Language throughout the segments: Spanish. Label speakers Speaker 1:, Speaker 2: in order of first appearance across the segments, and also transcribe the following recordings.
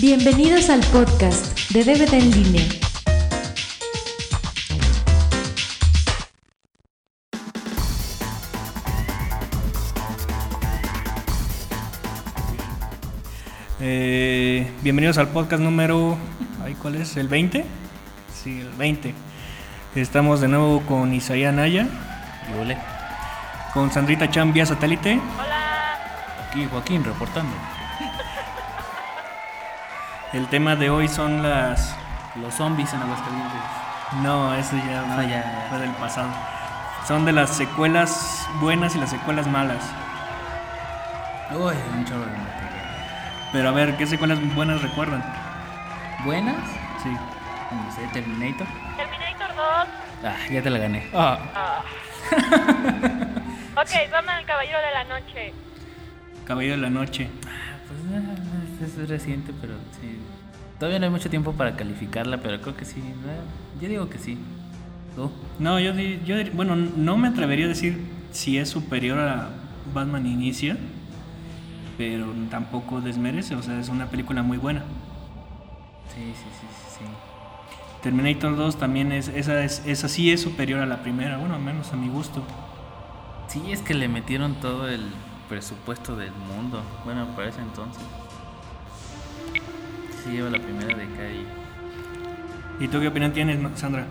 Speaker 1: Bienvenidos al podcast de DVD en línea.
Speaker 2: Eh, bienvenidos al podcast número. ay, ¿Cuál es? ¿El 20? Sí, el 20. Estamos de nuevo con Isaías Naya,
Speaker 3: Yole.
Speaker 2: con Sandrita Chan vía satélite.
Speaker 3: Aquí Joaquín reportando.
Speaker 2: El tema de hoy son las.
Speaker 3: Los zombies en Aguascalientes.
Speaker 2: No, eso ya,
Speaker 3: Ah,
Speaker 2: fue-
Speaker 3: ya, ya.
Speaker 2: fue del pasado. Son de las secuelas buenas y las secuelas malas.
Speaker 3: Uy, un chorro de material.
Speaker 2: Pero a ver, ¿qué secuelas buenas recuerdan?
Speaker 3: ¿Buenas?
Speaker 2: Sí.
Speaker 3: No sé, Terminator.
Speaker 4: Terminator 2.
Speaker 3: Ah, ya te la gané.
Speaker 4: Ah. ok, Batman el Caballero de la Noche.
Speaker 2: Cabello de la Noche.
Speaker 3: Pues ah, es, es reciente, pero sí. Todavía no hay mucho tiempo para calificarla, pero creo que sí. ¿no? Yo digo que sí. ¿Tú?
Speaker 2: No, yo, di- yo dir- bueno, no me atrevería a decir si es superior a Batman Inicia, pero tampoco desmerece, o sea, es una película muy buena.
Speaker 3: Sí, sí, sí, sí. sí.
Speaker 2: Terminator 2 también es, esa es, esa sí es superior a la primera, bueno, al menos a mi gusto.
Speaker 3: Sí, es que le metieron todo el presupuesto del mundo. Bueno, para ese entonces. Sí, lleva la primera de calle.
Speaker 2: ¿Y tú qué opinión tienes, Ma- Sandra?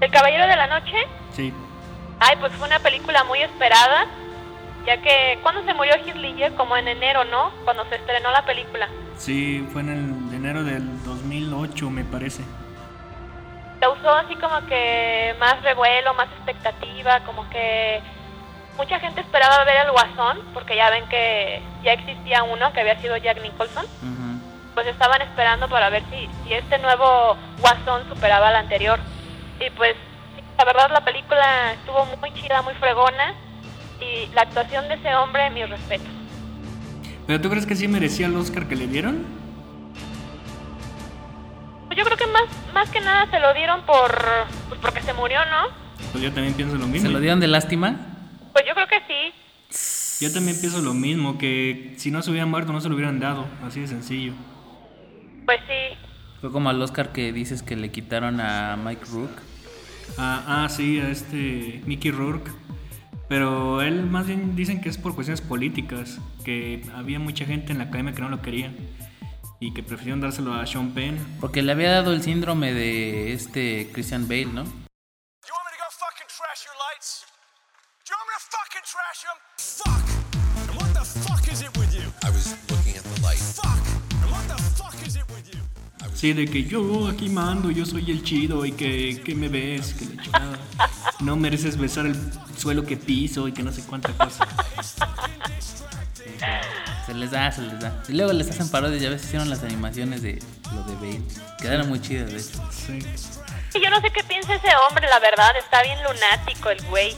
Speaker 4: El Caballero de la Noche.
Speaker 2: Sí.
Speaker 4: Ay, pues fue una película muy esperada. Ya que, ¿cuándo se murió Heath Ledger? Como en enero, ¿no? Cuando se estrenó la película.
Speaker 2: Sí, fue en el de enero del 2008, me parece.
Speaker 4: Causó así como que más revuelo, más expectativa, como que mucha gente esperaba ver al Guasón, porque ya ven que ya existía uno que había sido Jack Nicholson. pues estaban esperando para ver si, si este nuevo Guasón superaba al anterior. Y pues sí, la verdad la película estuvo muy chida, muy fregona y la actuación de ese hombre, mis respetos.
Speaker 2: ¿Pero tú crees que sí merecía el Oscar que le dieron?
Speaker 4: Pues Yo creo que más, más que nada se lo dieron por pues porque se murió, ¿no?
Speaker 2: Pues yo también pienso lo mismo.
Speaker 3: ¿Se lo dieron de lástima?
Speaker 4: Pues yo creo que sí.
Speaker 2: Yo también pienso lo mismo, que si no se hubieran muerto no se lo hubieran dado, así de sencillo.
Speaker 4: Pues sí.
Speaker 3: Fue como al Oscar que dices que le quitaron a Mike Rook.
Speaker 2: Ah, ah, sí, a este Mickey Rourke. Pero él más bien dicen que es por cuestiones políticas, que había mucha gente en la academia que no lo quería y que prefirieron dárselo a Sean Penn.
Speaker 3: Porque le había dado el síndrome de este Christian Bale, ¿no?
Speaker 5: You want me to go fucking trash your lights? Do you want me to fucking trash them? Fuck! And what the fuck is it with you?
Speaker 6: I was looking at the light.
Speaker 5: Fuck! And what the fuck is it with you?
Speaker 2: Sí, de que yo aquí mando, yo soy el chido y que, que me ves, que la chingada. No mereces besar el suelo que piso y que no sé cuánta cosa.
Speaker 3: Se les da, se les da. Y luego les hacen parodias, ya ves, hicieron las animaciones de lo de Bale. Quedaron muy chidas, de hecho.
Speaker 2: Sí.
Speaker 4: Y yo no sé qué piensa ese hombre, la verdad. Está bien lunático el güey.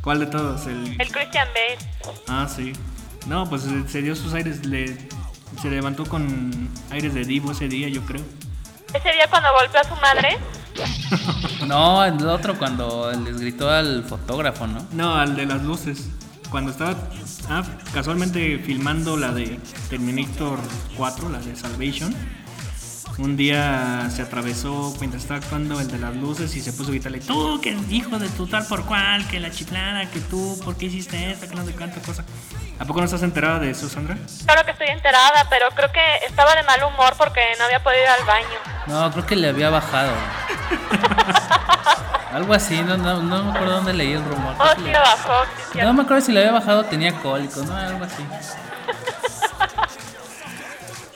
Speaker 2: ¿Cuál de todos? El...
Speaker 4: El Christian Bale.
Speaker 2: Ah, sí. No, pues se- se dio sus aires, le... se levantó con aires de divo ese día, yo creo.
Speaker 4: Ese día cuando golpeó a su madre,
Speaker 3: No, el otro cuando les gritó al fotógrafo, ¿no?
Speaker 2: No, al de las luces. Cuando estaba ah, casualmente filmando la de Terminator 4, la de Salvation, un día se atravesó mientras estaba actuando el de las luces y se puso a gritarle, tú que hijo de tu tal por cual, que la chiflada, que tú, ¿por qué hiciste esto? Que no sé cuánta cosa. ¿A poco no estás enterada de eso, Sandra?
Speaker 4: claro que estoy enterada, pero creo que estaba de mal humor porque no había podido ir al baño.
Speaker 3: No, creo que le había bajado. Algo así, no, no, no me acuerdo dónde leí el rumor.
Speaker 4: Oh,
Speaker 3: Creo que
Speaker 4: sí,
Speaker 3: le-
Speaker 4: lo bajó. sí, es cierto.
Speaker 3: No me acuerdo si le había bajado, tenía cólico, ¿no? Algo así.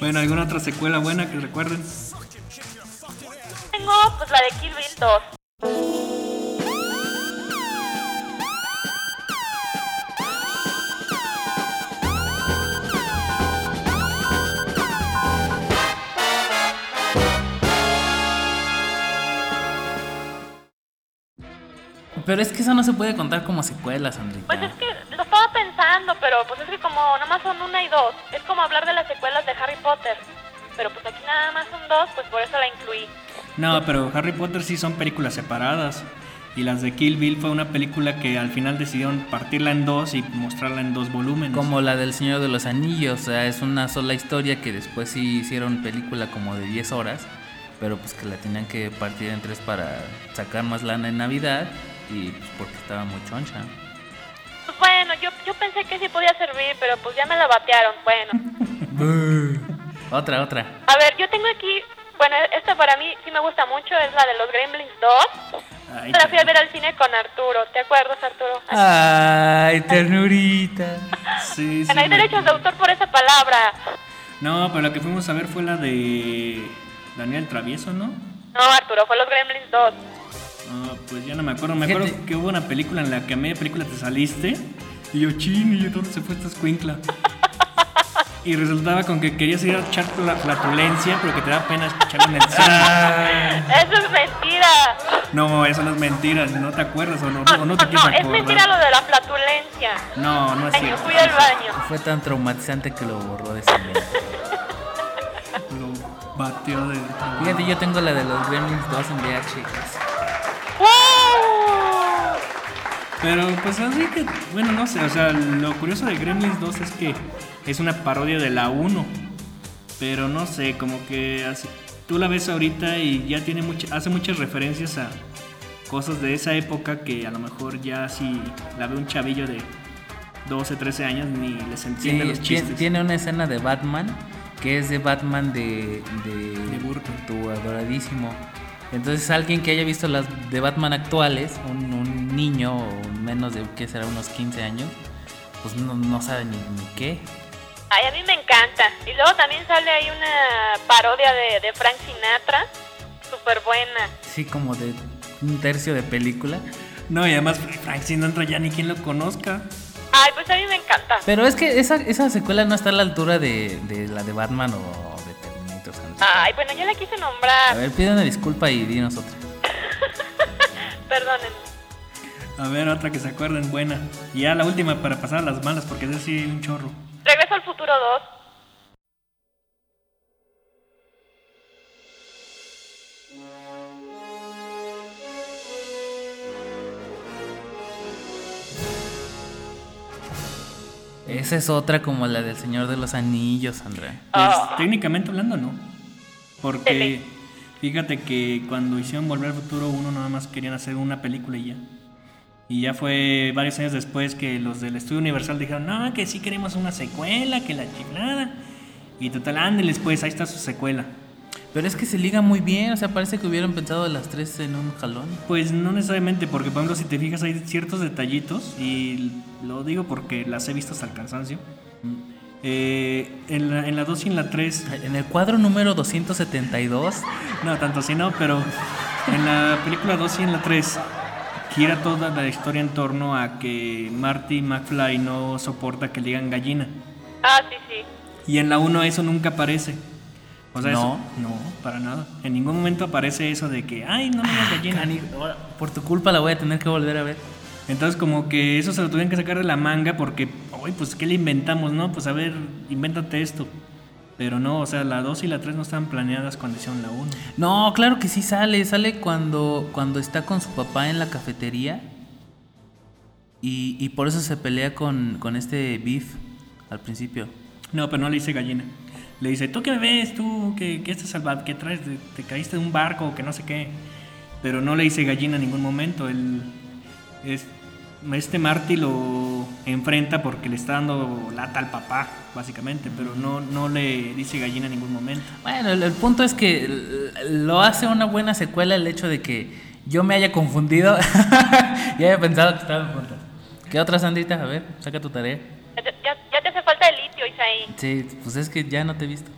Speaker 2: Bueno, ¿alguna otra secuela buena que recuerden?
Speaker 4: Tengo pues la de Kill Bill 2.
Speaker 3: Pero es que eso no se puede contar como secuela, Sandrita.
Speaker 4: Pues es que lo estaba pensando, pero pues es que como nomás son una y dos, es como hablar de las secuelas de Harry Potter. Pero pues aquí nada más son dos, pues por eso la incluí.
Speaker 2: No, pero Harry Potter sí son películas separadas. Y las de Kill Bill fue una película que al final decidieron partirla en dos y mostrarla en dos volúmenes.
Speaker 3: Como la del Señor de los Anillos, o sea, es una sola historia que después sí hicieron película como de 10 horas, pero pues que la tenían que partir en tres para sacar más lana en Navidad y pues porque estaba muy choncha.
Speaker 4: Pues bueno, yo, yo pensé que sí podía servir, pero pues ya me la batearon. Bueno,
Speaker 3: Otra, otra.
Speaker 4: a ver, yo tengo aquí, bueno, esta para mí sí me gusta mucho, es la de los Gremlins 2.
Speaker 2: Ay, Ah,
Speaker 4: La fui a ver al cine con Arturo, ¿te acuerdas Arturo?
Speaker 3: Ay, ternurita.
Speaker 2: sí, sí,
Speaker 4: Hay
Speaker 2: me-
Speaker 4: derechos de autor por esa palabra.
Speaker 2: No, pero la que fuimos a ver fue la de Daniel Travieso, ¿no?
Speaker 4: No, Arturo, fue los Gremlins 2.
Speaker 2: Ah, pues ya no me acuerdo. Me
Speaker 3: Fíjate.
Speaker 2: acuerdo que hubo una película en la que a media película te saliste. Y yo, chino, ¿y dónde se fue esta escuincla? y resultaba con que querías ir a echar tu la flatulencia, pero que te da pena escucharla en el cine.
Speaker 4: Eso es mentira.
Speaker 2: no, eso no es mentira. No te acuerdas o no,
Speaker 4: No,
Speaker 2: o no te Ah, quieres
Speaker 4: no, es mentira lo
Speaker 2: acordar.
Speaker 4: de la flatulencia.
Speaker 2: No, no es
Speaker 4: Ay, yo
Speaker 2: cierto.
Speaker 4: fui al baño.
Speaker 3: Fue tan traumatizante que lo borró de su mente.
Speaker 2: Lo bateó de...
Speaker 3: Fíjate, yo tengo la de los Gremlins 2 en VHS.
Speaker 4: ¡Wow!
Speaker 2: Pero pues así que, bueno, no sé, o sea, lo curioso de Gremlins 2 es que es una parodia de la 1. Pero no sé, como que así- tú la ves ahorita y ya tiene mucha, hace muchas referencias a cosas de esa época que a lo mejor ya si la ve un chavillo de 12, 13 años ni les
Speaker 3: Sí,
Speaker 2: entiende los
Speaker 3: Eh, tien-
Speaker 2: chistes.
Speaker 3: tiene una escena de Batman que es de Batman de, de,
Speaker 2: De Burton.
Speaker 3: tu adoradísimo. Entonces alguien que haya visto las de Batman actuales, un, un niño o menos de que será unos 15 años, pues no, no sabe ni, ni qué.
Speaker 4: Ay, a mí me encanta. Y luego también sale ahí una parodia de, de Frank Sinatra. Súper buena.
Speaker 3: Sí, como de un tercio de película.
Speaker 2: No, y además Frank Sinatra ya ni quien lo conozca.
Speaker 4: Ay, pues a mí me encanta.
Speaker 3: Pero es que esa, esa secuela no está a la altura de, de la de Batman o de Terminator. Santos.
Speaker 4: Ay, bueno, yo la quise
Speaker 3: A
Speaker 4: nombrar.
Speaker 3: ver, pide una disculpa y dinos otra.
Speaker 4: Perdonen.
Speaker 2: A ver, otra que se acuerden, buena. Y ya la última para pasar a las malas, porque es decir, un chorro.
Speaker 4: Regreso al futuro 2.
Speaker 3: Esa es otra como la del Señor de los Anillos, Andrea.
Speaker 2: Pues,
Speaker 4: Ah.
Speaker 2: técnicamente hablando, no. Porque
Speaker 4: Tele.
Speaker 2: fíjate que cuando hicieron Volver al Futuro uno nada más querían hacer una película y ya. Y ya fue varios años después que los del Estudio Universal dijeron, no, que sí queremos una secuela, que la chiflada. Y total, ándeles pues, ahí está su secuela.
Speaker 3: Pero es que se liga muy bien, o sea, parece que hubieran pensado las tres en un jalón.
Speaker 2: Pues no necesariamente, porque por ejemplo, si te fijas, hay ciertos detallitos, y lo digo porque las he visto hasta el cansancio. Eh, en, la, en la 2 y en la 3
Speaker 3: En el cuadro número 272,
Speaker 2: No, tanto si no, pero en la película 2 y en la 3 gira toda la historia en torno a que Marty McFly no soporta que le digan gallina.
Speaker 4: Ah, sí, sí.
Speaker 2: Y en la 1 eso nunca aparece. O sea,
Speaker 3: No.
Speaker 2: eso- no, para nada. En ningún momento aparece eso de que, ay, no me digas gallina.
Speaker 3: por tu culpa la voy a tener que volver a ver.
Speaker 2: Entonces como que eso se lo tuvieron que sacar de la manga porque, uy, pues ¿qué le inventamos? No, pues a ver, invéntate esto. Pero no, o sea, la 2 y la 3 no estaban planeadas cuando hicieron la 1.
Speaker 3: No, claro que sí sale, sale cuando, cuando está con su papá en la cafetería y, y por eso se pelea con, con este beef al principio.
Speaker 2: No, pero no le dice gallina. Le dice, ¿tú qué ves? ¿Tú qué, qué estás salvado? ¿Qué traes? ¿Te, te caíste de un barco? Que no sé qué. Pero no le dice gallina en ningún momento. Él, es, este Marty lo enfrenta porque le está dando lata al papá, básicamente. Pero no, no le dice gallina en ningún momento.
Speaker 3: Bueno, el, el punto es que l- lo hace una buena secuela el hecho de que yo me haya confundido y haya pensado que estaban juntas. ¿Qué otra, Sandrita? A ver, saca tu tarea.
Speaker 4: Ya, te- ya- ya te hace falta el litio, Isaí.
Speaker 3: Sí, pues es que ya no te he visto.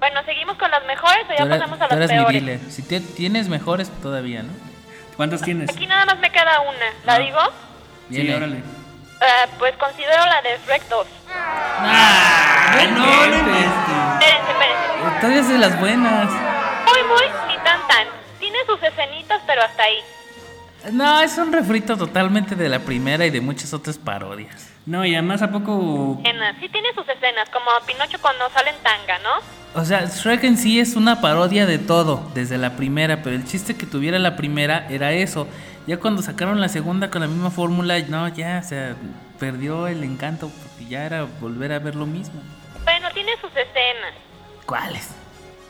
Speaker 4: Bueno, ¿seguimos con las mejores o ya
Speaker 3: Tú eras-
Speaker 4: pasamos a
Speaker 3: tú eras
Speaker 4: las
Speaker 3: mi
Speaker 4: peores?
Speaker 3: dealer. Si te- tienes mejores todavía, ¿no?
Speaker 2: ¿Cuántas tienes?
Speaker 4: Aquí nada más me queda una. ¿La
Speaker 2: Ah.
Speaker 4: digo?
Speaker 2: Sí,
Speaker 3: Viene.
Speaker 2: órale.
Speaker 4: Ah, pues considero la de Shrek 2.
Speaker 3: ¡Ah!
Speaker 2: no, no inventes.
Speaker 4: Espérense, espérense.
Speaker 3: Eh, Todavía es de las buenas.
Speaker 4: Muy, muy, ni tan, tan. Tiene sus escenitas, pero hasta ahí.
Speaker 3: No, es un refrito totalmente de la primera y de muchas otras parodias.
Speaker 2: No, y además a poco...
Speaker 4: Escenas. Sí tiene sus escenas, como Pinocho cuando sale en tanga, ¿no?
Speaker 3: O sea, Shrek en sí es una parodia de todo, desde la primera, pero el chiste que tuviera la primera era eso. Ya cuando sacaron la segunda con la misma fórmula, no, ya, o sea, perdió el encanto, porque ya era volver a ver lo mismo.
Speaker 4: Bueno, tiene sus escenas.
Speaker 3: ¿Cuáles?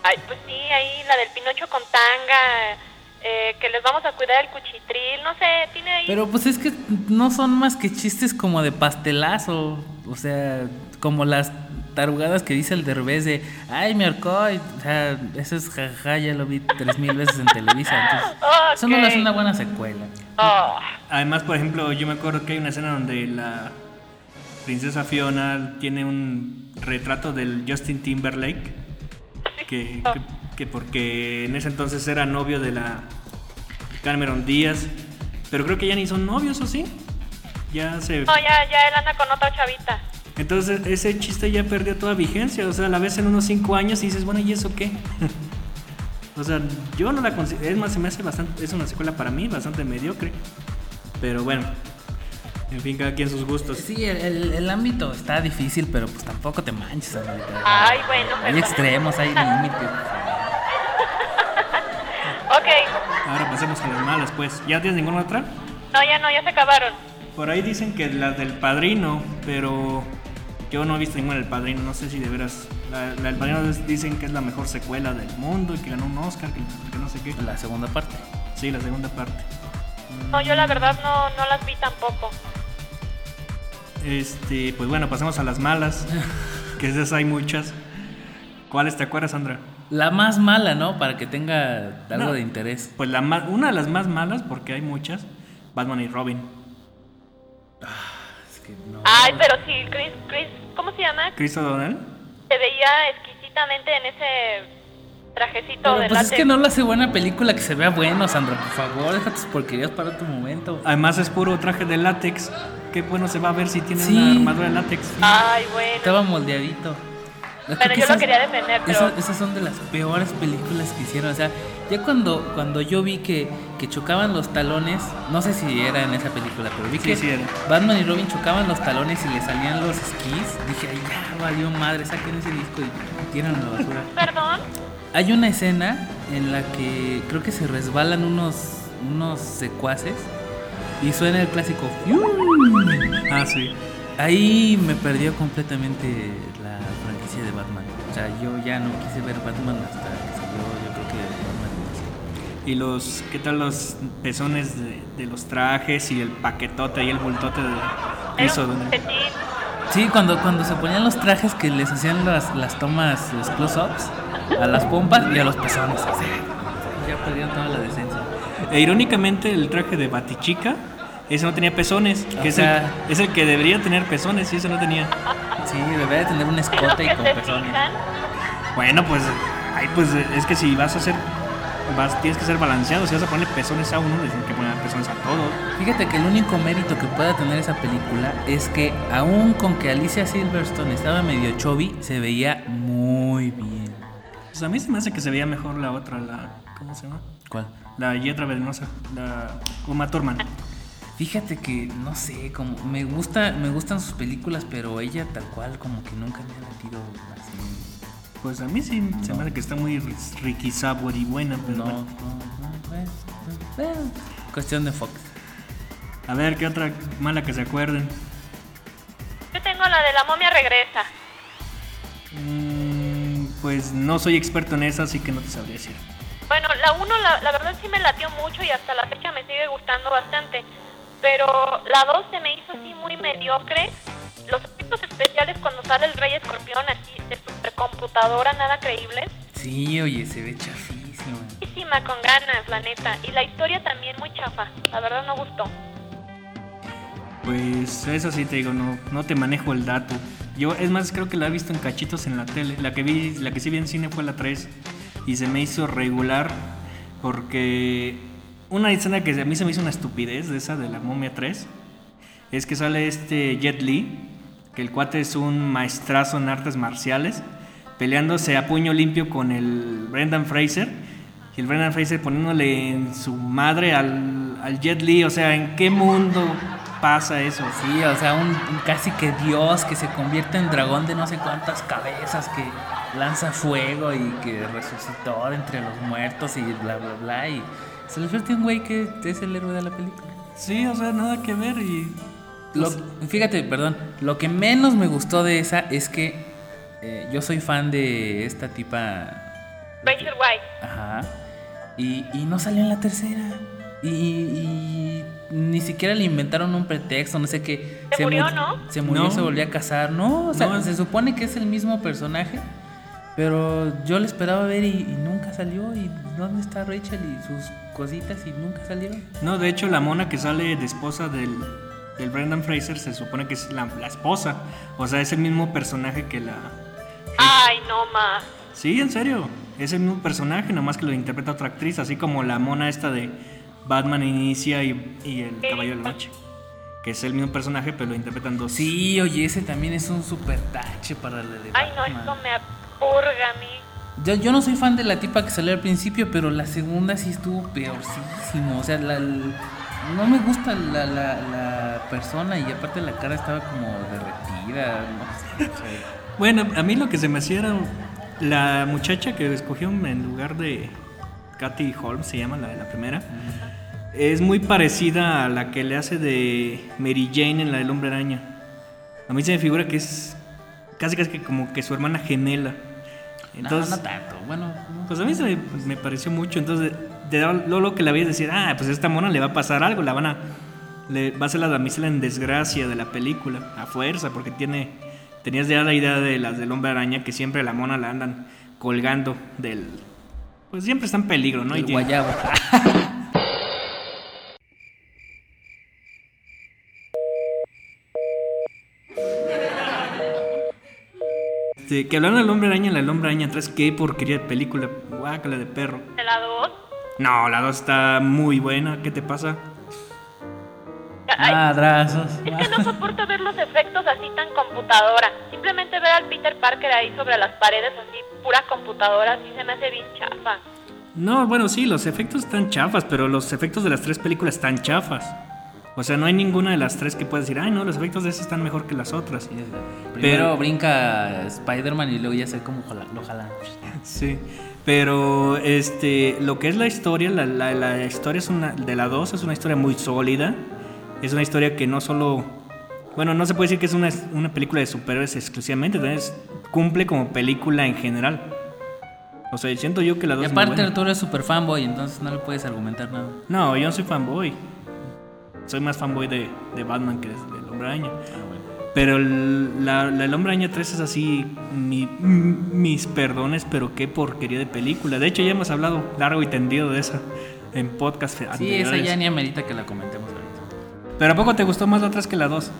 Speaker 4: Ay, pues sí, ahí la del Pinocho con tanga, eh, que les vamos a cuidar el cuchitril, no sé, tiene ahí...
Speaker 3: Pero pues es que no son más que chistes como de pastelazo, o sea, como las tarugadas que dice el derbez de, ay, me ahorcó, y, o sea, eso es jajaja, ya lo vi tres mil veces en Televisa, entonces, eso no
Speaker 4: Ok.
Speaker 3: es una buena secuela.
Speaker 4: Oh,
Speaker 2: Además, por ejemplo, yo me acuerdo que hay una escena donde la princesa Fiona tiene un retrato del Justin Timberlake, que, que, que porque en ese entonces era novio de la Cameron Díaz, pero creo que ya ni son novios, ¿o sí? Ya se...
Speaker 4: no, ya, ya él anda con otra chavita.
Speaker 2: Entonces ese chiste ya perdió toda vigencia, o sea, la ves en unos 5 años y dices, bueno, ¿y eso qué? o sea, yo no la considero, es más, se me hace bastante, es una secuela para mí bastante mediocre, pero bueno, en fin, cada quien sus gustos.
Speaker 3: Pues Sí, el, el- el ámbito está difícil, pero pues tampoco te manches. amiga.
Speaker 4: Ay, bueno,
Speaker 3: Hay
Speaker 4: pero-
Speaker 3: extremos, hay límites.
Speaker 4: Ok,
Speaker 2: Ahora pasemos a las malas, pues. ¿Ya tienes ninguna otra?
Speaker 4: no, ya no, ya se acabaron.
Speaker 2: Por ahí dicen que las del padrino, pero yo no he visto ninguna del padrino, no sé si de veras. La, la del padrino es- dicen que es la mejor secuela del mundo y que ganó un Oscar, que, que no sé qué.
Speaker 3: La segunda parte.
Speaker 2: Sí, la segunda parte.
Speaker 4: No, yo la verdad no, no las vi tampoco.
Speaker 2: Este, pues bueno, pasemos a las malas, que esas hay muchas. ¿Cuáles te acuerdas, Sandra?
Speaker 3: La más mala, ¿no? Para que tenga algo
Speaker 2: No.
Speaker 3: de interés.
Speaker 2: Pues la ma- una de las más malas, porque hay muchas, Batman y Robin.
Speaker 3: Es que no.
Speaker 4: Ay, pero sí, Chris, Chris, ¿cómo se llama?
Speaker 2: Chris O'Donnell.
Speaker 4: Se veía exquisitamente en ese trajecito
Speaker 3: Pero
Speaker 4: de
Speaker 3: pues es
Speaker 4: látex.
Speaker 3: que no la hace buena película que se vea bueno, Sandra. Por favor, deja tus porquerías para tu momento. Ah,
Speaker 2: Además es puro traje de látex. Qué bueno se va a ver si tiene
Speaker 3: Sí.
Speaker 2: una armadura de látex.
Speaker 4: Ay, bueno.
Speaker 3: Estaba moldeadito.
Speaker 4: Bueno, yo lo quería defender, pero-
Speaker 3: Esas, esas son de las peores películas que hicieron. O sea, ya cuando, cuando yo vi que, que chocaban los talones, no sé si era en esa película, pero vi
Speaker 2: Sí,
Speaker 3: que
Speaker 2: sí era.
Speaker 3: Batman y Robin chocaban los talones y le salían los esquís. Dije, "Ay, ya valió madre, saquen ese disco y tiran la basura.
Speaker 4: Perdón.
Speaker 3: Hay una escena en la que creo que se resbalan unos, unos secuaces y suena el clásico. "Fiu".
Speaker 2: Ah, sí.
Speaker 3: Ahí me perdió completamente la franquicia de Batman. O sea, yo ya no quise ver Batman hasta que salió, yo creo que Batman.
Speaker 2: Y los, ¿qué tal los pezones de, de los trajes y el paquetote y el bultote de Chris
Speaker 4: Era un
Speaker 2: O'Donnell?
Speaker 4: petit.
Speaker 3: Sí, cuando, cuando se ponían los trajes que les hacían las, las tomas, los close-ups, a las pompas y a los pezones. O sea, ya perdieron toda la decencia.
Speaker 2: E irónicamente el traje de Batichica, ese no tenía pezones,
Speaker 3: O
Speaker 2: que es el,
Speaker 3: sea-
Speaker 2: es el que debería tener pezones y ese no tenía.
Speaker 3: Sí, debería de tener un
Speaker 4: Los
Speaker 3: escote y
Speaker 4: que
Speaker 3: con
Speaker 4: se
Speaker 3: pezones.
Speaker 4: fijan.
Speaker 2: Bueno, pues, ay, pues es que si vas a hacer, vas, tienes que ser balanceado. Si vas a ponerle pezones a uno, les tienes que poner pezones a todos.
Speaker 3: Fíjate que el único mérito que pueda tener esa película es que aún con que Alicia Silverstone estaba medio chubby, se veía muy bien.
Speaker 2: Pues a mí se me hace que se veía mejor la otra, la, ¿cómo se llama?
Speaker 3: ¿Cuál?
Speaker 2: La Yetra Venenosa, la Uma Thurman.
Speaker 3: Fíjate que no sé, como me gusta, me gustan sus películas, pero ella tal cual como que nunca me ha latido así.
Speaker 2: Pues a mí sí se me hace que está muy ri- Ricky Sabor y buena, pero
Speaker 3: No, no,
Speaker 2: bueno.
Speaker 3: no, eh, eh, cuestión de Fox.
Speaker 2: A ver, ¿qué otra mala que se acuerden?
Speaker 4: Yo tengo la de la momia regresa.
Speaker 2: Mm, pues no soy experto en esa, así que no te sabría decir.
Speaker 4: Bueno, la 1 la, la verdad sí me latió mucho y hasta la fecha me sigue gustando bastante. Pero la 2 se me hizo así muy mediocre. Los efectos especiales cuando sale el Rey Escorpión así de supercomputadora, nada creíbles.
Speaker 3: Sí, oye, se ve chafísima.
Speaker 4: Muchísima con ganas, la neta. Y la historia también muy chafa. La verdad no gustó.
Speaker 2: Pues eso sí te digo, no, no te manejo el dato. Yo, es más, creo que la he visto en cachitos en la tele. La que vi, la que sí vi en cine fue la 3 y se me hizo regular porque una escena que a mí se me hizo una estupidez de esa de la momia 3 es que sale este Jet Li, que el cuate es un maestrazo en artes marciales, peleándose a puño limpio con el Brendan Fraser. Y el Brendan Fraser poniéndole en su madre al, al Jet Li. O sea, ¿en qué mundo pasa eso?
Speaker 3: Sí, o sea, un, un casi que dios que se convierte en dragón de no sé cuántas cabezas, que lanza fuego y que resucitó de entre los muertos y bla, bla, bla. Y se le suelta un güey que es el héroe de la película.
Speaker 2: Sí, o sea, nada que ver y...
Speaker 3: Lo- fíjate, perdón, lo que menos me gustó de esa es que eh, yo soy fan de esta tipa...
Speaker 4: Rachel White.
Speaker 3: Ajá. Y, y no salió en la tercera. Y, y ni siquiera le inventaron un pretexto, no sé qué.
Speaker 4: Se murió,
Speaker 3: mu-
Speaker 4: ¿no?
Speaker 3: Se murió y
Speaker 2: No.
Speaker 3: se volvió a casar. No, o sea,
Speaker 2: No.
Speaker 3: se supone que es el mismo personaje. Pero yo le esperaba ver y, y nunca salió. ¿Y dónde está Rachel y sus cositas y nunca salieron?
Speaker 2: No, de hecho, la mona que sale de esposa del, del Brendan Fraser se supone que es la, la esposa. O sea, es el mismo personaje que la...
Speaker 4: Ay, no más.
Speaker 2: Sí, en serio. Es el mismo personaje, nomás que lo interpreta otra actriz, así como la mona esta de Batman Inicia y, y el Caballo de la Noche. Que es el mismo personaje, pero lo interpretan dos.
Speaker 3: Sí, oye, ese también es un super tache para la de
Speaker 4: Ay, no,
Speaker 3: Batman.
Speaker 4: esto me apurga a mí.
Speaker 3: Yo, yo no soy fan de la tipa que salió al principio, pero la segunda sí estuvo peorcísimo. O sea, la, l- no me gusta la, la- la persona y aparte la cara estaba como derretida. No sé, o sea,
Speaker 2: Bueno, a mí lo que se me hacía era la muchacha que escogieron en lugar de Kathy Holmes, se llama la de la primera. Es muy parecida a la que le hace de Mary Jane en la del Hombre Araña. A mí se me figura que es casi casi que como que su hermana gemela. Entonces,
Speaker 3: no, no tanto. Bueno, no.
Speaker 2: pues a mí se me, me pareció mucho. Entonces, de lo, lo que la veías decir, ah, pues a esta mona le va a pasar algo, la van a. Le, va a ser la damisela en desgracia de la película, a fuerza, porque tiene. Tenías ya la idea de las del hombre araña que siempre a la mona la andan colgando del. Pues siempre está en peligro, ¿no? Y
Speaker 3: el
Speaker 2: tiene-
Speaker 3: guayabo.
Speaker 2: este, que hablaron del hombre araña, la del hombre araña 3, qué porquería de película, guácala de perro.
Speaker 4: De la dos.
Speaker 2: No, la 2 está muy buena, ¿qué te pasa?
Speaker 4: Ay,
Speaker 3: Madrazos.
Speaker 4: Es que no soporto ver los efectos así tan computadora. Simplemente ver al Peter Parker ahí sobre las paredes así, pura computadora, así se me hace bien chafa.
Speaker 2: No, bueno, sí, los efectos están chafas, pero los efectos de las tres películas están chafas. O sea, no hay ninguna de las tres que puedas decir, ay, no, los efectos de esas están mejor que las otras.
Speaker 3: Primero brinca Spider-Man y luego ya se ve como jala- lo jalan.
Speaker 2: Sí, pero este, lo que es la historia, la, la- la historia es una, de la 2 es una historia muy sólida. Es una historia que no solo. Bueno, no se puede decir que es una, una película de superhéroes exclusivamente, entonces cumple como película en general. O sea, siento yo que la 2
Speaker 3: Y aparte tú eres super fanboy, entonces no le puedes argumentar nada.
Speaker 2: No, yo no soy fanboy. Soy más fanboy de, de Batman que del Hombre Araña. Pero el, la, la El Hombre Araña 3 es así, mi- mm, mis perdones, pero qué porquería de película. De hecho, ya hemos hablado largo y tendido de esa en podcast
Speaker 3: Sí,
Speaker 2: anteriores.
Speaker 3: esa ya ni amerita que la comentemos ahorita.
Speaker 2: Pero ¿a poco te gustó más la 3 que la 2?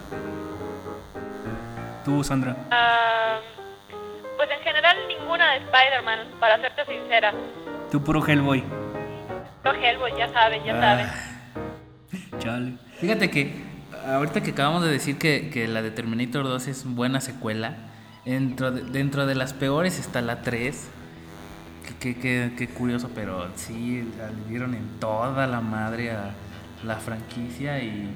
Speaker 2: Tú, Sandra.
Speaker 4: Ah, pues en general ninguna de Spider-Man, para serte sincera.
Speaker 2: Tú, puro Hellboy.
Speaker 4: Los Hellboy, ya saben, ya saben.
Speaker 2: Chale.
Speaker 3: Fíjate que ahorita que acabamos de decir que, que la de Terminator 2 es buena secuela, dentro de, dentro de las peores está la 3. Qué, qué- qué- qué curioso, pero sí, la le dieron en toda la madre a la franquicia y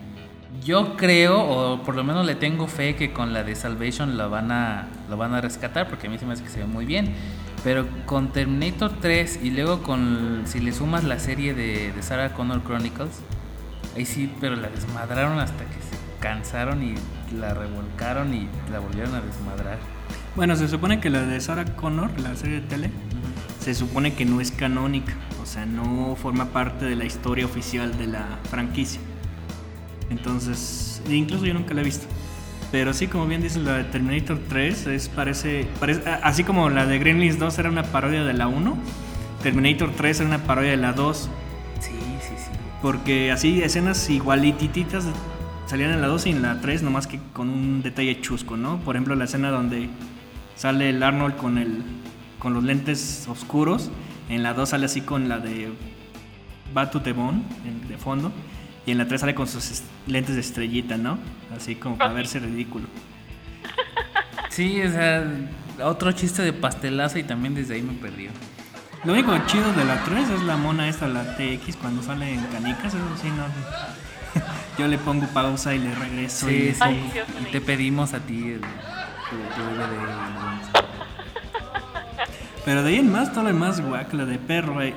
Speaker 3: yo creo, o por lo menos le tengo fe que con la de Salvation la van a, la van a rescatar, porque a mí se me hace que se ve muy bien. Pero con Terminator 3 y luego con, si le sumas la serie de, de Sarah Connor Chronicles, Ahí sí, pero la desmadraron hasta que se cansaron y la revolcaron y la volvieron a desmadrar.
Speaker 2: Bueno, se supone que la de Sarah Connor, la serie de tele, se supone que no es canónica, o sea, no forma parte de la historia oficial de la franquicia. Entonces, incluso yo nunca la he visto. Pero sí, como bien dice la de Terminator 3, es, parece, parece- a- así como la de Gremlins 2 era una parodia de la 1, Terminator 3 era una parodia de la 2,
Speaker 3: Sí, sí, sí.
Speaker 2: porque así escenas igualitititas salían en la 2 y en la 3, nomás que con un detalle chusco, ¿no? Por ejemplo, la escena donde sale el Arnold con, el, con los lentes oscuros, en la 2 sale así con la de Batu Tebón, de fondo, y en la 3 sale con sus est- lentes de estrellita, ¿no? Así como para verse ridículo.
Speaker 3: Sí, o sea, otro chiste de pastelazo y también desde ahí me perdió.
Speaker 2: Lo único chido de la 3 es la mona esta, la TX, cuando sale en canicas, eso sí, no. Yo le pongo pausa y le regreso y le
Speaker 3: Sí, sí.
Speaker 2: pongo-
Speaker 4: Ay, Dios mío.
Speaker 3: Y te pedimos a ti el, tu, tu DVD.
Speaker 2: Pero de ahí en más, todo lo demás, guac, la de perro, eh.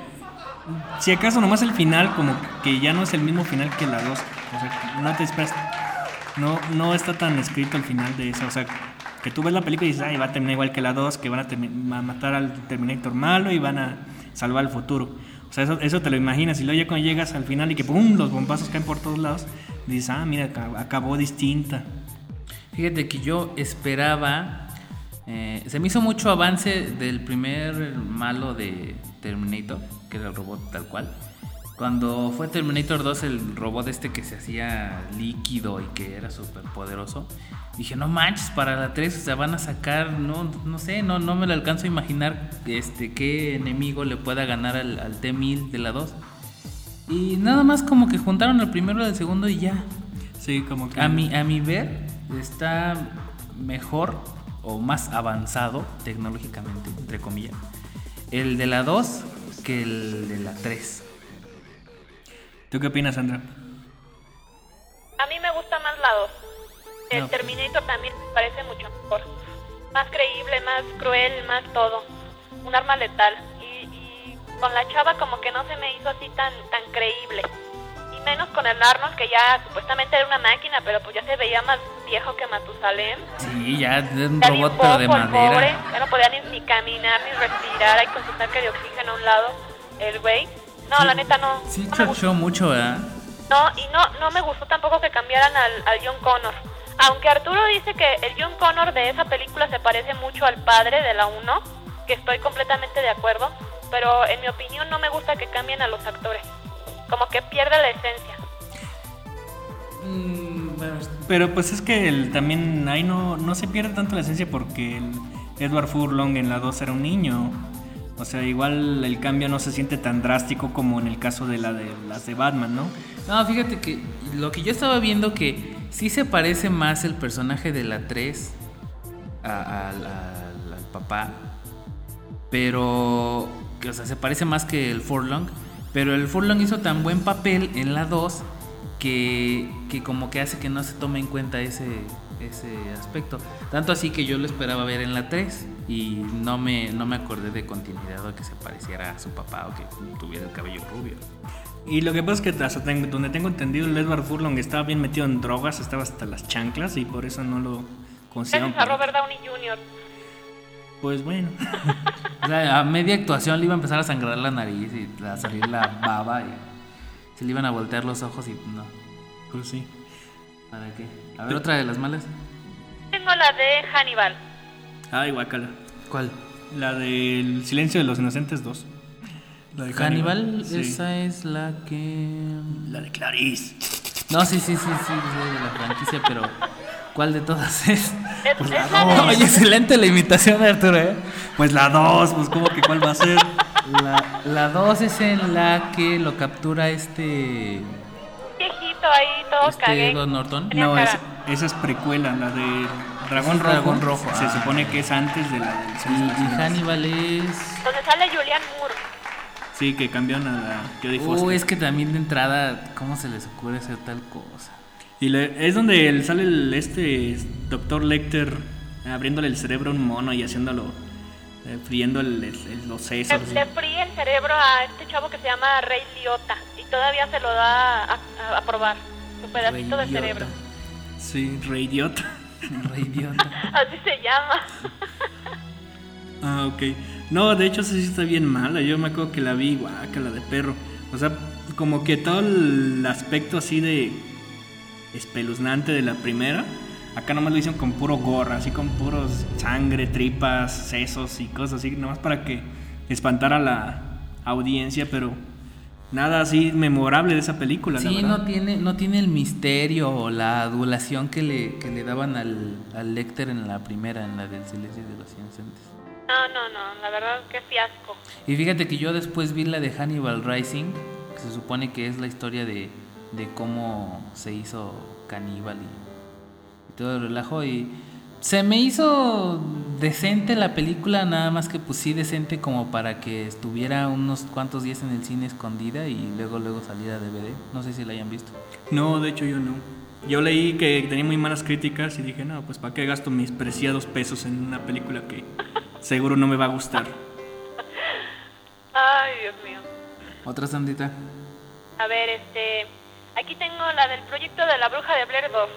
Speaker 2: Si acaso nomás el final, como que ya no es el mismo final que la 2. O sea, no te esperas. No, no está tan escrito el final de esa. O sea, que tú ves la película y dices, ay, va a terminar igual que la 2, que van a, termi- va a matar al Terminator malo y van a salvar el futuro. O sea, eso, eso te lo imaginas. Y luego ya cuando llegas al final y que pum, los bombazos caen por todos lados, dices, ah, mira, acab- acabó distinta.
Speaker 3: Fíjate que yo esperaba. eh, se me hizo mucho avance del primer malo de Terminator, que era el robot tal cual. Cuando fue Terminator 2, el robot este que se hacía líquido y que era súper poderoso, dije, no manches, para la 3 se van a sacar, no, no sé, no, no me lo alcanzo a imaginar este, qué enemigo le pueda ganar al, al T-1000 de la 2. Y nada más como que juntaron el primero y el segundo y ya,
Speaker 2: Sí, como que.
Speaker 3: a mi, a mi ver, está mejor o más avanzado tecnológicamente, entre comillas, el de la 2 que el de la 3.
Speaker 2: ¿Tú qué opinas, Sandra?
Speaker 4: A mí me gusta más la 2. El
Speaker 3: Ah,
Speaker 2: No.
Speaker 4: Terminator también me parece mucho mejor. Más creíble, más cruel, más todo. Un arma letal. Y, y con la chava como que no se me hizo así tan, tan creíble. Y menos con el Arnold que ya supuestamente era una máquina, pero pues ya se veía más viejo que Matusalem.
Speaker 3: Sí, ya es un
Speaker 4: Ya ni
Speaker 3: robot pero de
Speaker 4: poco, el Pobre,
Speaker 3: madera.
Speaker 4: ya no podía ni, ni caminar, ni respirar, hay con su tanque de oxígeno a un lado, el güey. No, la neta no.
Speaker 3: Sí,
Speaker 4: no me gustó.
Speaker 3: chochó mucho, ¿verdad?
Speaker 4: No, y no, no me gustó tampoco que cambiaran al, al John Connor. Aunque Arturo dice que el John Connor de esa película se parece mucho al padre de la 1, que estoy completamente de acuerdo, pero en mi opinión no me gusta que cambien a los actores. Como que pierde la esencia.
Speaker 2: Pero pues es que el- también ahí no, no se pierde tanto la esencia porque el Edward Furlong en la 2 era un niño. O sea, igual el cambio no se siente tan drástico como en el caso de la de las de Batman, ¿no?
Speaker 3: No, fíjate que lo que yo estaba viendo que sí se parece más el personaje de la 3 a- al- al- al papá. Pero, que, o sea, se parece más que el Furlong. Pero el Furlong hizo tan buen papel en la 2 que, que como que hace que no se tome en cuenta ese, ese aspecto. Tanto así que yo lo esperaba ver en la 3 y no me, no me acordé de continuidad o que se pareciera a su papá o que tuviera el cabello rubio.
Speaker 2: Y lo que pasa es que hasta tengo- donde tengo entendido el Edward Furlong estaba bien metido en drogas, estaba hasta las chanclas y por eso no lo
Speaker 4: Ese
Speaker 2: consideraron.
Speaker 4: es a Robert Downey Jr.
Speaker 2: Pues bueno.
Speaker 3: O sea, a media actuación le iba a empezar a sangrar la nariz y a salir la baba y se le iban a voltear los ojos y no.
Speaker 2: Pues sí.
Speaker 3: ¿Para qué? A ver, otra de las malas.
Speaker 4: Tengo la de Hannibal.
Speaker 2: Ay, guacala.
Speaker 3: ¿Cuál?
Speaker 2: La del Silencio de los Inocentes 2. La de
Speaker 3: Hannibal,
Speaker 2: sí.
Speaker 3: esa es la que.
Speaker 2: La de Clarice.
Speaker 3: No, sí, sí, sí, sí, es de la franquicia, pero ¿cuál de todas es?
Speaker 4: Es, es la de-
Speaker 3: Oye, excelente la imitación de Arturo, ¿eh?
Speaker 2: Pues la 2, pues como que cuál va a ser.
Speaker 3: La- La 2 es en la que lo captura este.
Speaker 4: viejito ahí, todo
Speaker 3: Este
Speaker 4: cagué.
Speaker 3: Edward Norton.
Speaker 4: Tenía
Speaker 2: No,
Speaker 4: cara.
Speaker 2: es- esa es precuela, la de Dragón
Speaker 3: Es
Speaker 2: Rojo.
Speaker 3: Dragón Rojo,
Speaker 2: Se
Speaker 3: ah.
Speaker 2: supone que es antes de la del
Speaker 3: Y,
Speaker 2: Señor de los
Speaker 3: y
Speaker 2: Anillos.
Speaker 3: Hannibal es.
Speaker 4: Donde sale Julian Moore.
Speaker 2: Sí, que cambiaron a la Jodie
Speaker 3: Uh,
Speaker 2: Foster.
Speaker 3: es que también de entrada, ¿cómo se les ocurre hacer tal cosa?
Speaker 2: Y le- es donde él- sale el, este Doctor Lecter abriéndole el cerebro a un mono y haciéndolo, eh, friendo el- el- el- los
Speaker 4: Le,
Speaker 2: sesos.
Speaker 4: le fríe el cerebro a este chavo que se llama Rey Liotta y todavía se lo da a, a- a probar. Su pedacito de
Speaker 3: Re
Speaker 4: cerebro.
Speaker 2: Sí, re idiota.
Speaker 3: idiota, Re idiota.
Speaker 4: Así se llama.
Speaker 2: Ah, ok. No, de hecho, esa sí está bien mala. Yo me acuerdo que la vi, guaca, la de perro. O sea, como que todo el aspecto así de espeluznante de la primera. Acá nomás lo hicieron con puro gorra, así con puros sangre, tripas, sesos y cosas así, nomás para que espantara a la audiencia, pero nada así memorable de esa película, la
Speaker 3: Sí,
Speaker 2: verdad.
Speaker 3: no tiene, no tiene el misterio o la adulación que le, que le daban al, al Lecter en la primera, en la del Silencio de los Inocentes.
Speaker 4: No, no, no, la verdad, qué fiasco.
Speaker 3: Y fíjate que yo después vi la de Hannibal Rising, que se supone que es la historia de, de cómo se hizo caníbal y, y todo el relajo. Y Se me hizo decente la película, nada más que pues sí decente como para que estuviera unos cuantos días en el cine escondida y luego luego saliera de DVD. No sé si la hayan visto.
Speaker 2: No, de hecho yo no. Yo leí que tenía muy malas críticas y dije, no, pues ¿para qué gasto mis preciados pesos en una película que seguro no me va a gustar?
Speaker 4: Ay, Dios mío.
Speaker 3: Otra sandita.
Speaker 4: A ver, este. Aquí tengo la del proyecto de la bruja de Blair Dove.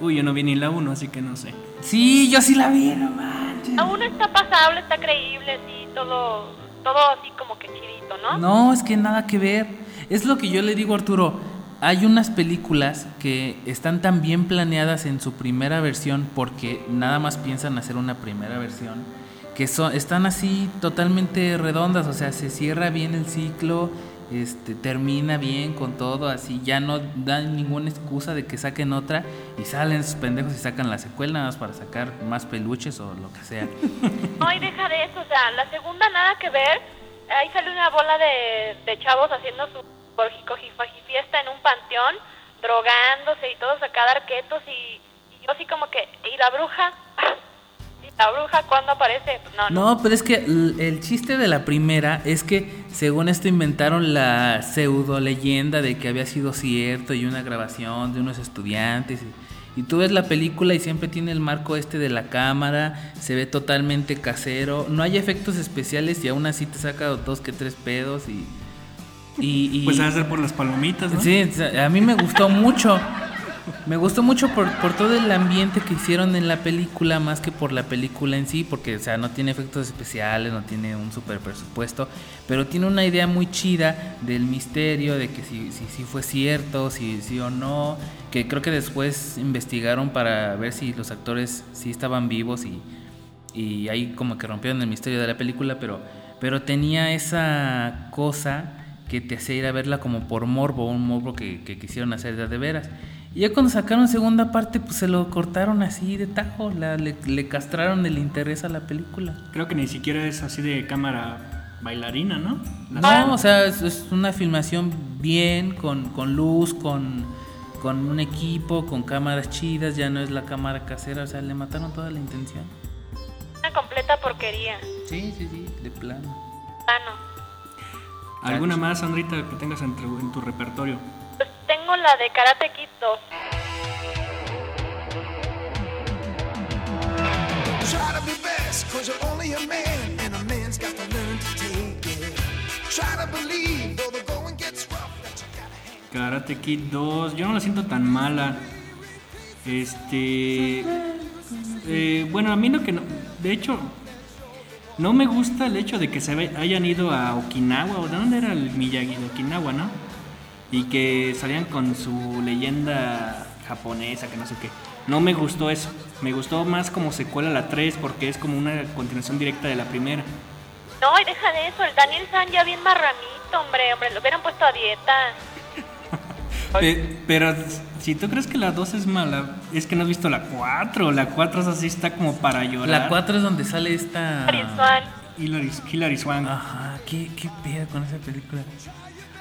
Speaker 2: Uy, yo no vi ni la 1, así que no sé.
Speaker 3: Sí, yo sí la vi, no manches.
Speaker 4: Aún está pasable, está creíble, sí, todo, todo así como que chidito, ¿no?
Speaker 3: No, es que nada que ver. Es lo que yo le digo a Arturo. Hay unas películas que están tan bien planeadas en su primera versión porque nada más piensan hacer una primera versión que son, están así totalmente redondas, o sea, se cierra bien el ciclo, este, termina bien con todo, así ya no dan ninguna excusa de que saquen otra y salen sus pendejos y sacan la secuela nada más para sacar más peluches o lo que sea.
Speaker 4: No, y deja de eso, o sea, la segunda nada que ver. Ahí salió una bola de, de chavos haciendo su fiesta en un panteón, drogándose y todos acá de arquetos y, y yo así como que, ¿y la bruja? ¿Y la bruja cuándo aparece? No, no.
Speaker 3: No, pero es que el, el chiste de la primera es que según esto inventaron la pseudo leyenda de que había sido cierto y una grabación de unos estudiantes. Y, y tú ves la película y siempre tiene el marco este de la cámara, se ve totalmente casero, no hay efectos especiales y aún así te saca dos que tres pedos y... y- y-
Speaker 2: Pues a ser por las palomitas, ¿no?
Speaker 3: Sí, a mí me gustó mucho. Me gustó mucho por, por todo el ambiente que hicieron en la película, más que por la película en sí, porque, o sea, no tiene efectos especiales, no tiene un super presupuesto, pero tiene una idea muy chida del misterio, de que si, si, si fue cierto, si sí o no, que creo que después investigaron para ver si los actores sí estaban vivos y, y ahí como que rompieron el misterio de la película, pero, pero tenía esa cosa que te hacía ir a verla como por morbo, un morbo que, que quisieron hacer de, a de veras. Y ya cuando sacaron segunda parte, pues se lo cortaron así de tajo, la- le, le castraron el interés a la película.
Speaker 2: Creo que ni siquiera es así de cámara bailarina, ¿no? La
Speaker 3: No, o sea, es, es una filmación bien, con, con luz, con, con un equipo, con cámaras chidas, ya no es la cámara casera, o sea, le mataron toda la intención.
Speaker 4: Una completa porquería.
Speaker 3: Sí, sí, sí, de plano.
Speaker 4: Ah, no.
Speaker 2: ¿Alguna más, Sandrita, que tengas en tu, en tu repertorio?
Speaker 4: Pues tengo la de Karate Kid 2.
Speaker 5: Try to be best, cause you're only a man, and a man's got to learn to take it. Try to believe, though the going gets rough, that you gotta hang
Speaker 2: Karate Kid 2, yo no la siento tan mala. Este. eh, bueno, a mí lo que no. De hecho, no me gusta el hecho de que se ve- hayan ido a Okinawa, o de dónde era el Miyagi de Okinawa, ¿no? Y que salían con su leyenda japonesa, que no sé qué. No me gustó eso. Me gustó más como secuela la 3, porque es como una continuación directa de la primera.
Speaker 4: No, y deja de eso, el Daniel San ya bien marranito, hombre, hombre, lo hubieran puesto a dieta.
Speaker 2: Pe- pero si tú crees que la 2 es mala, es que no has visto la 4. La 4 es así, está como para llorar.
Speaker 3: La 4 es donde sale esta...
Speaker 4: Sensual.
Speaker 2: Hilary, Hilary Swank.
Speaker 3: Ajá, qué, qué pedo con esa película.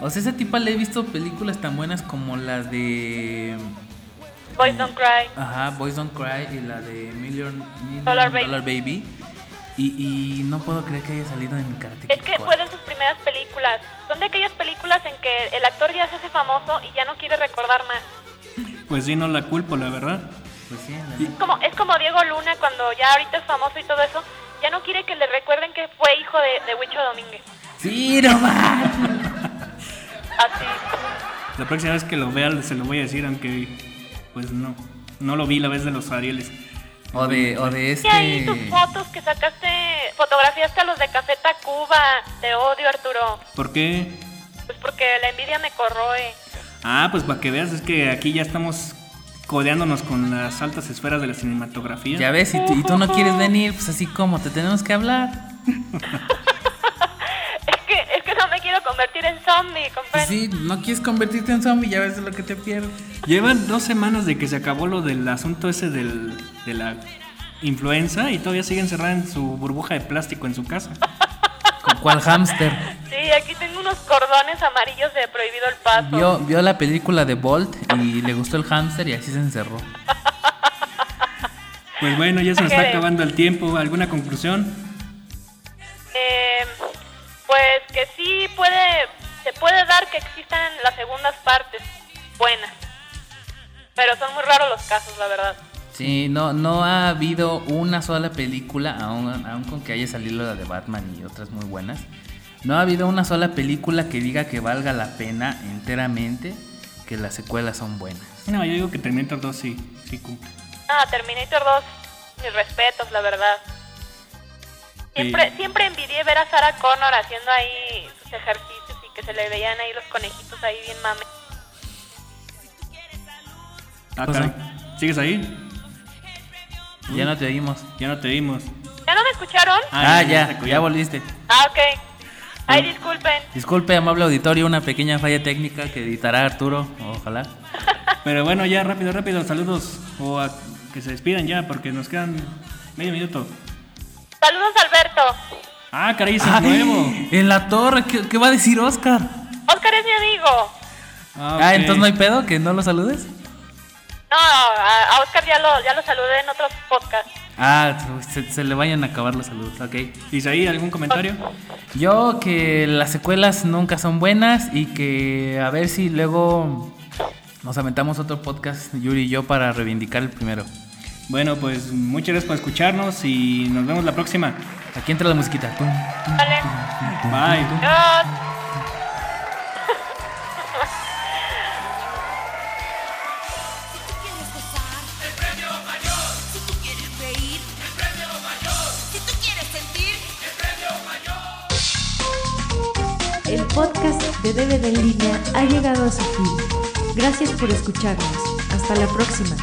Speaker 3: O sea, esa tipa le he visto películas tan buenas como las de.
Speaker 4: Boys Don't Cry.
Speaker 3: Ajá, Boys Don't Cry y la de Million, Million
Speaker 4: Dollar
Speaker 3: Dollar,
Speaker 4: Baby.
Speaker 3: Baby. Y, y no puedo creer que haya salido en Pues Karate
Speaker 4: Es
Speaker 3: Kid
Speaker 4: que
Speaker 3: 4.
Speaker 4: fue de sus primeras películas. Son de aquellas películas en que el actor ya se hace famoso y ya no quiere recordar más.
Speaker 2: Pues sí, no la culpo, la verdad.
Speaker 3: Pues sí, la
Speaker 2: Y-
Speaker 4: Es como, es como Diego Luna cuando ya ahorita es famoso y todo eso. Ya no quiere que le recuerden que fue hijo de, de Huicho Domínguez.
Speaker 3: Sí, no mames.
Speaker 4: Así.
Speaker 2: La próxima vez que lo vea se lo voy a decir, aunque pues no. No lo vi la vez de los Arieles.
Speaker 3: O de, o de
Speaker 4: Y ahí tus
Speaker 3: este.
Speaker 4: fotos que sacaste, fotografiaste a los de Caseta Cuba. Te odio, Arturo.
Speaker 2: ¿Por qué?
Speaker 4: Pues porque la envidia me corroe.
Speaker 2: Ah, pues para que veas, es que aquí ya estamos codeándonos con las altas esferas de la cinematografía.
Speaker 3: Ya ves, y tú, y tú no quieres venir, pues así como, te tenemos que hablar.
Speaker 4: Es que, es que no me quiero convertir en zombie,
Speaker 3: Pues
Speaker 4: comprende.
Speaker 3: sí, no quieres convertirte en zombie, ya ves de lo que te pierdes.
Speaker 2: Llevan dos semanas de que se acabó lo del asunto ese del, de la influenza y todavía siguen encerrada en su burbuja de plástico en su casa.
Speaker 3: Con cual hámster.
Speaker 4: Sí, aquí tengo unos cordones amarillos de prohibido el paso.
Speaker 3: Vio, vio la película de Bolt y le gustó el hámster y así se encerró.
Speaker 2: Pues bueno, ya se nos está
Speaker 4: Ok.
Speaker 2: acabando el tiempo. ¿Alguna conclusión?
Speaker 4: Eh, pues que sí puede, se puede dar que existan las segundas partes buenas, pero son muy raros los casos, la verdad.
Speaker 3: Sí, no, no ha habido una sola película, aun, aun con que haya salido la de Batman y otras muy buenas, no ha habido una sola película que diga que valga la pena enteramente que las secuelas son buenas.
Speaker 2: No, yo digo que Terminator 2 sí, sí cumple.
Speaker 4: Ah, Terminator 2, mis respetos, la verdad. Siempre,
Speaker 2: Sí.
Speaker 4: siempre envidié ver a Sarah Connor haciendo ahí sus ejercicios y que se le veían ahí los conejitos ahí bien mames.
Speaker 2: Ah,
Speaker 3: Pues
Speaker 2: caray. ¿Sigues ahí?
Speaker 3: Ya no te oímos.
Speaker 2: Ya no te vimos.
Speaker 4: ¿Ya no me escucharon?
Speaker 3: Ah,
Speaker 2: se
Speaker 3: ya,
Speaker 2: acudió.
Speaker 3: ya volviste.
Speaker 4: Ah, ok. Ay, disculpen.
Speaker 3: Disculpe, amable auditorio, una pequeña falla técnica que editará Arturo, ojalá.
Speaker 2: Pero bueno, ya rápido, rápido, saludos. O a- que se despidan ya, porque nos quedan medio minuto.
Speaker 4: Saludos, Alberto.
Speaker 2: Ah, caray, ese es
Speaker 3: Ay,
Speaker 2: nuevo.
Speaker 3: En la torre, ¿qué, qué va a decir Oscar?
Speaker 4: Oscar es mi amigo.
Speaker 2: Ah,
Speaker 3: Ah,
Speaker 2: ok.
Speaker 3: entonces no hay pedo, que no lo saludes.
Speaker 4: No, a, a Oscar ya lo, ya lo saludé en otros podcasts.
Speaker 3: Ah, se, se le vayan a acabar los saludos, ok.
Speaker 2: Ah, Isaí, ¿algún comentario?
Speaker 3: Yo que las secuelas nunca son buenas y que a ver si luego nos aventamos otro podcast, Yuri y yo, para reivindicar el primero.
Speaker 2: Bueno, pues muchas gracias por escucharnos y nos vemos la próxima.
Speaker 3: Aquí entra la musiquita. Tum, tum.
Speaker 4: Vale.
Speaker 2: Bye.
Speaker 4: Adiós.
Speaker 7: quieres gozar, el premio mayor. Si tú quieres reír, el premio mayor. Si tú quieres sentir,
Speaker 1: El podcast de DVD en línea ha llegado a su fin. Gracias por escucharnos. Hasta la próxima.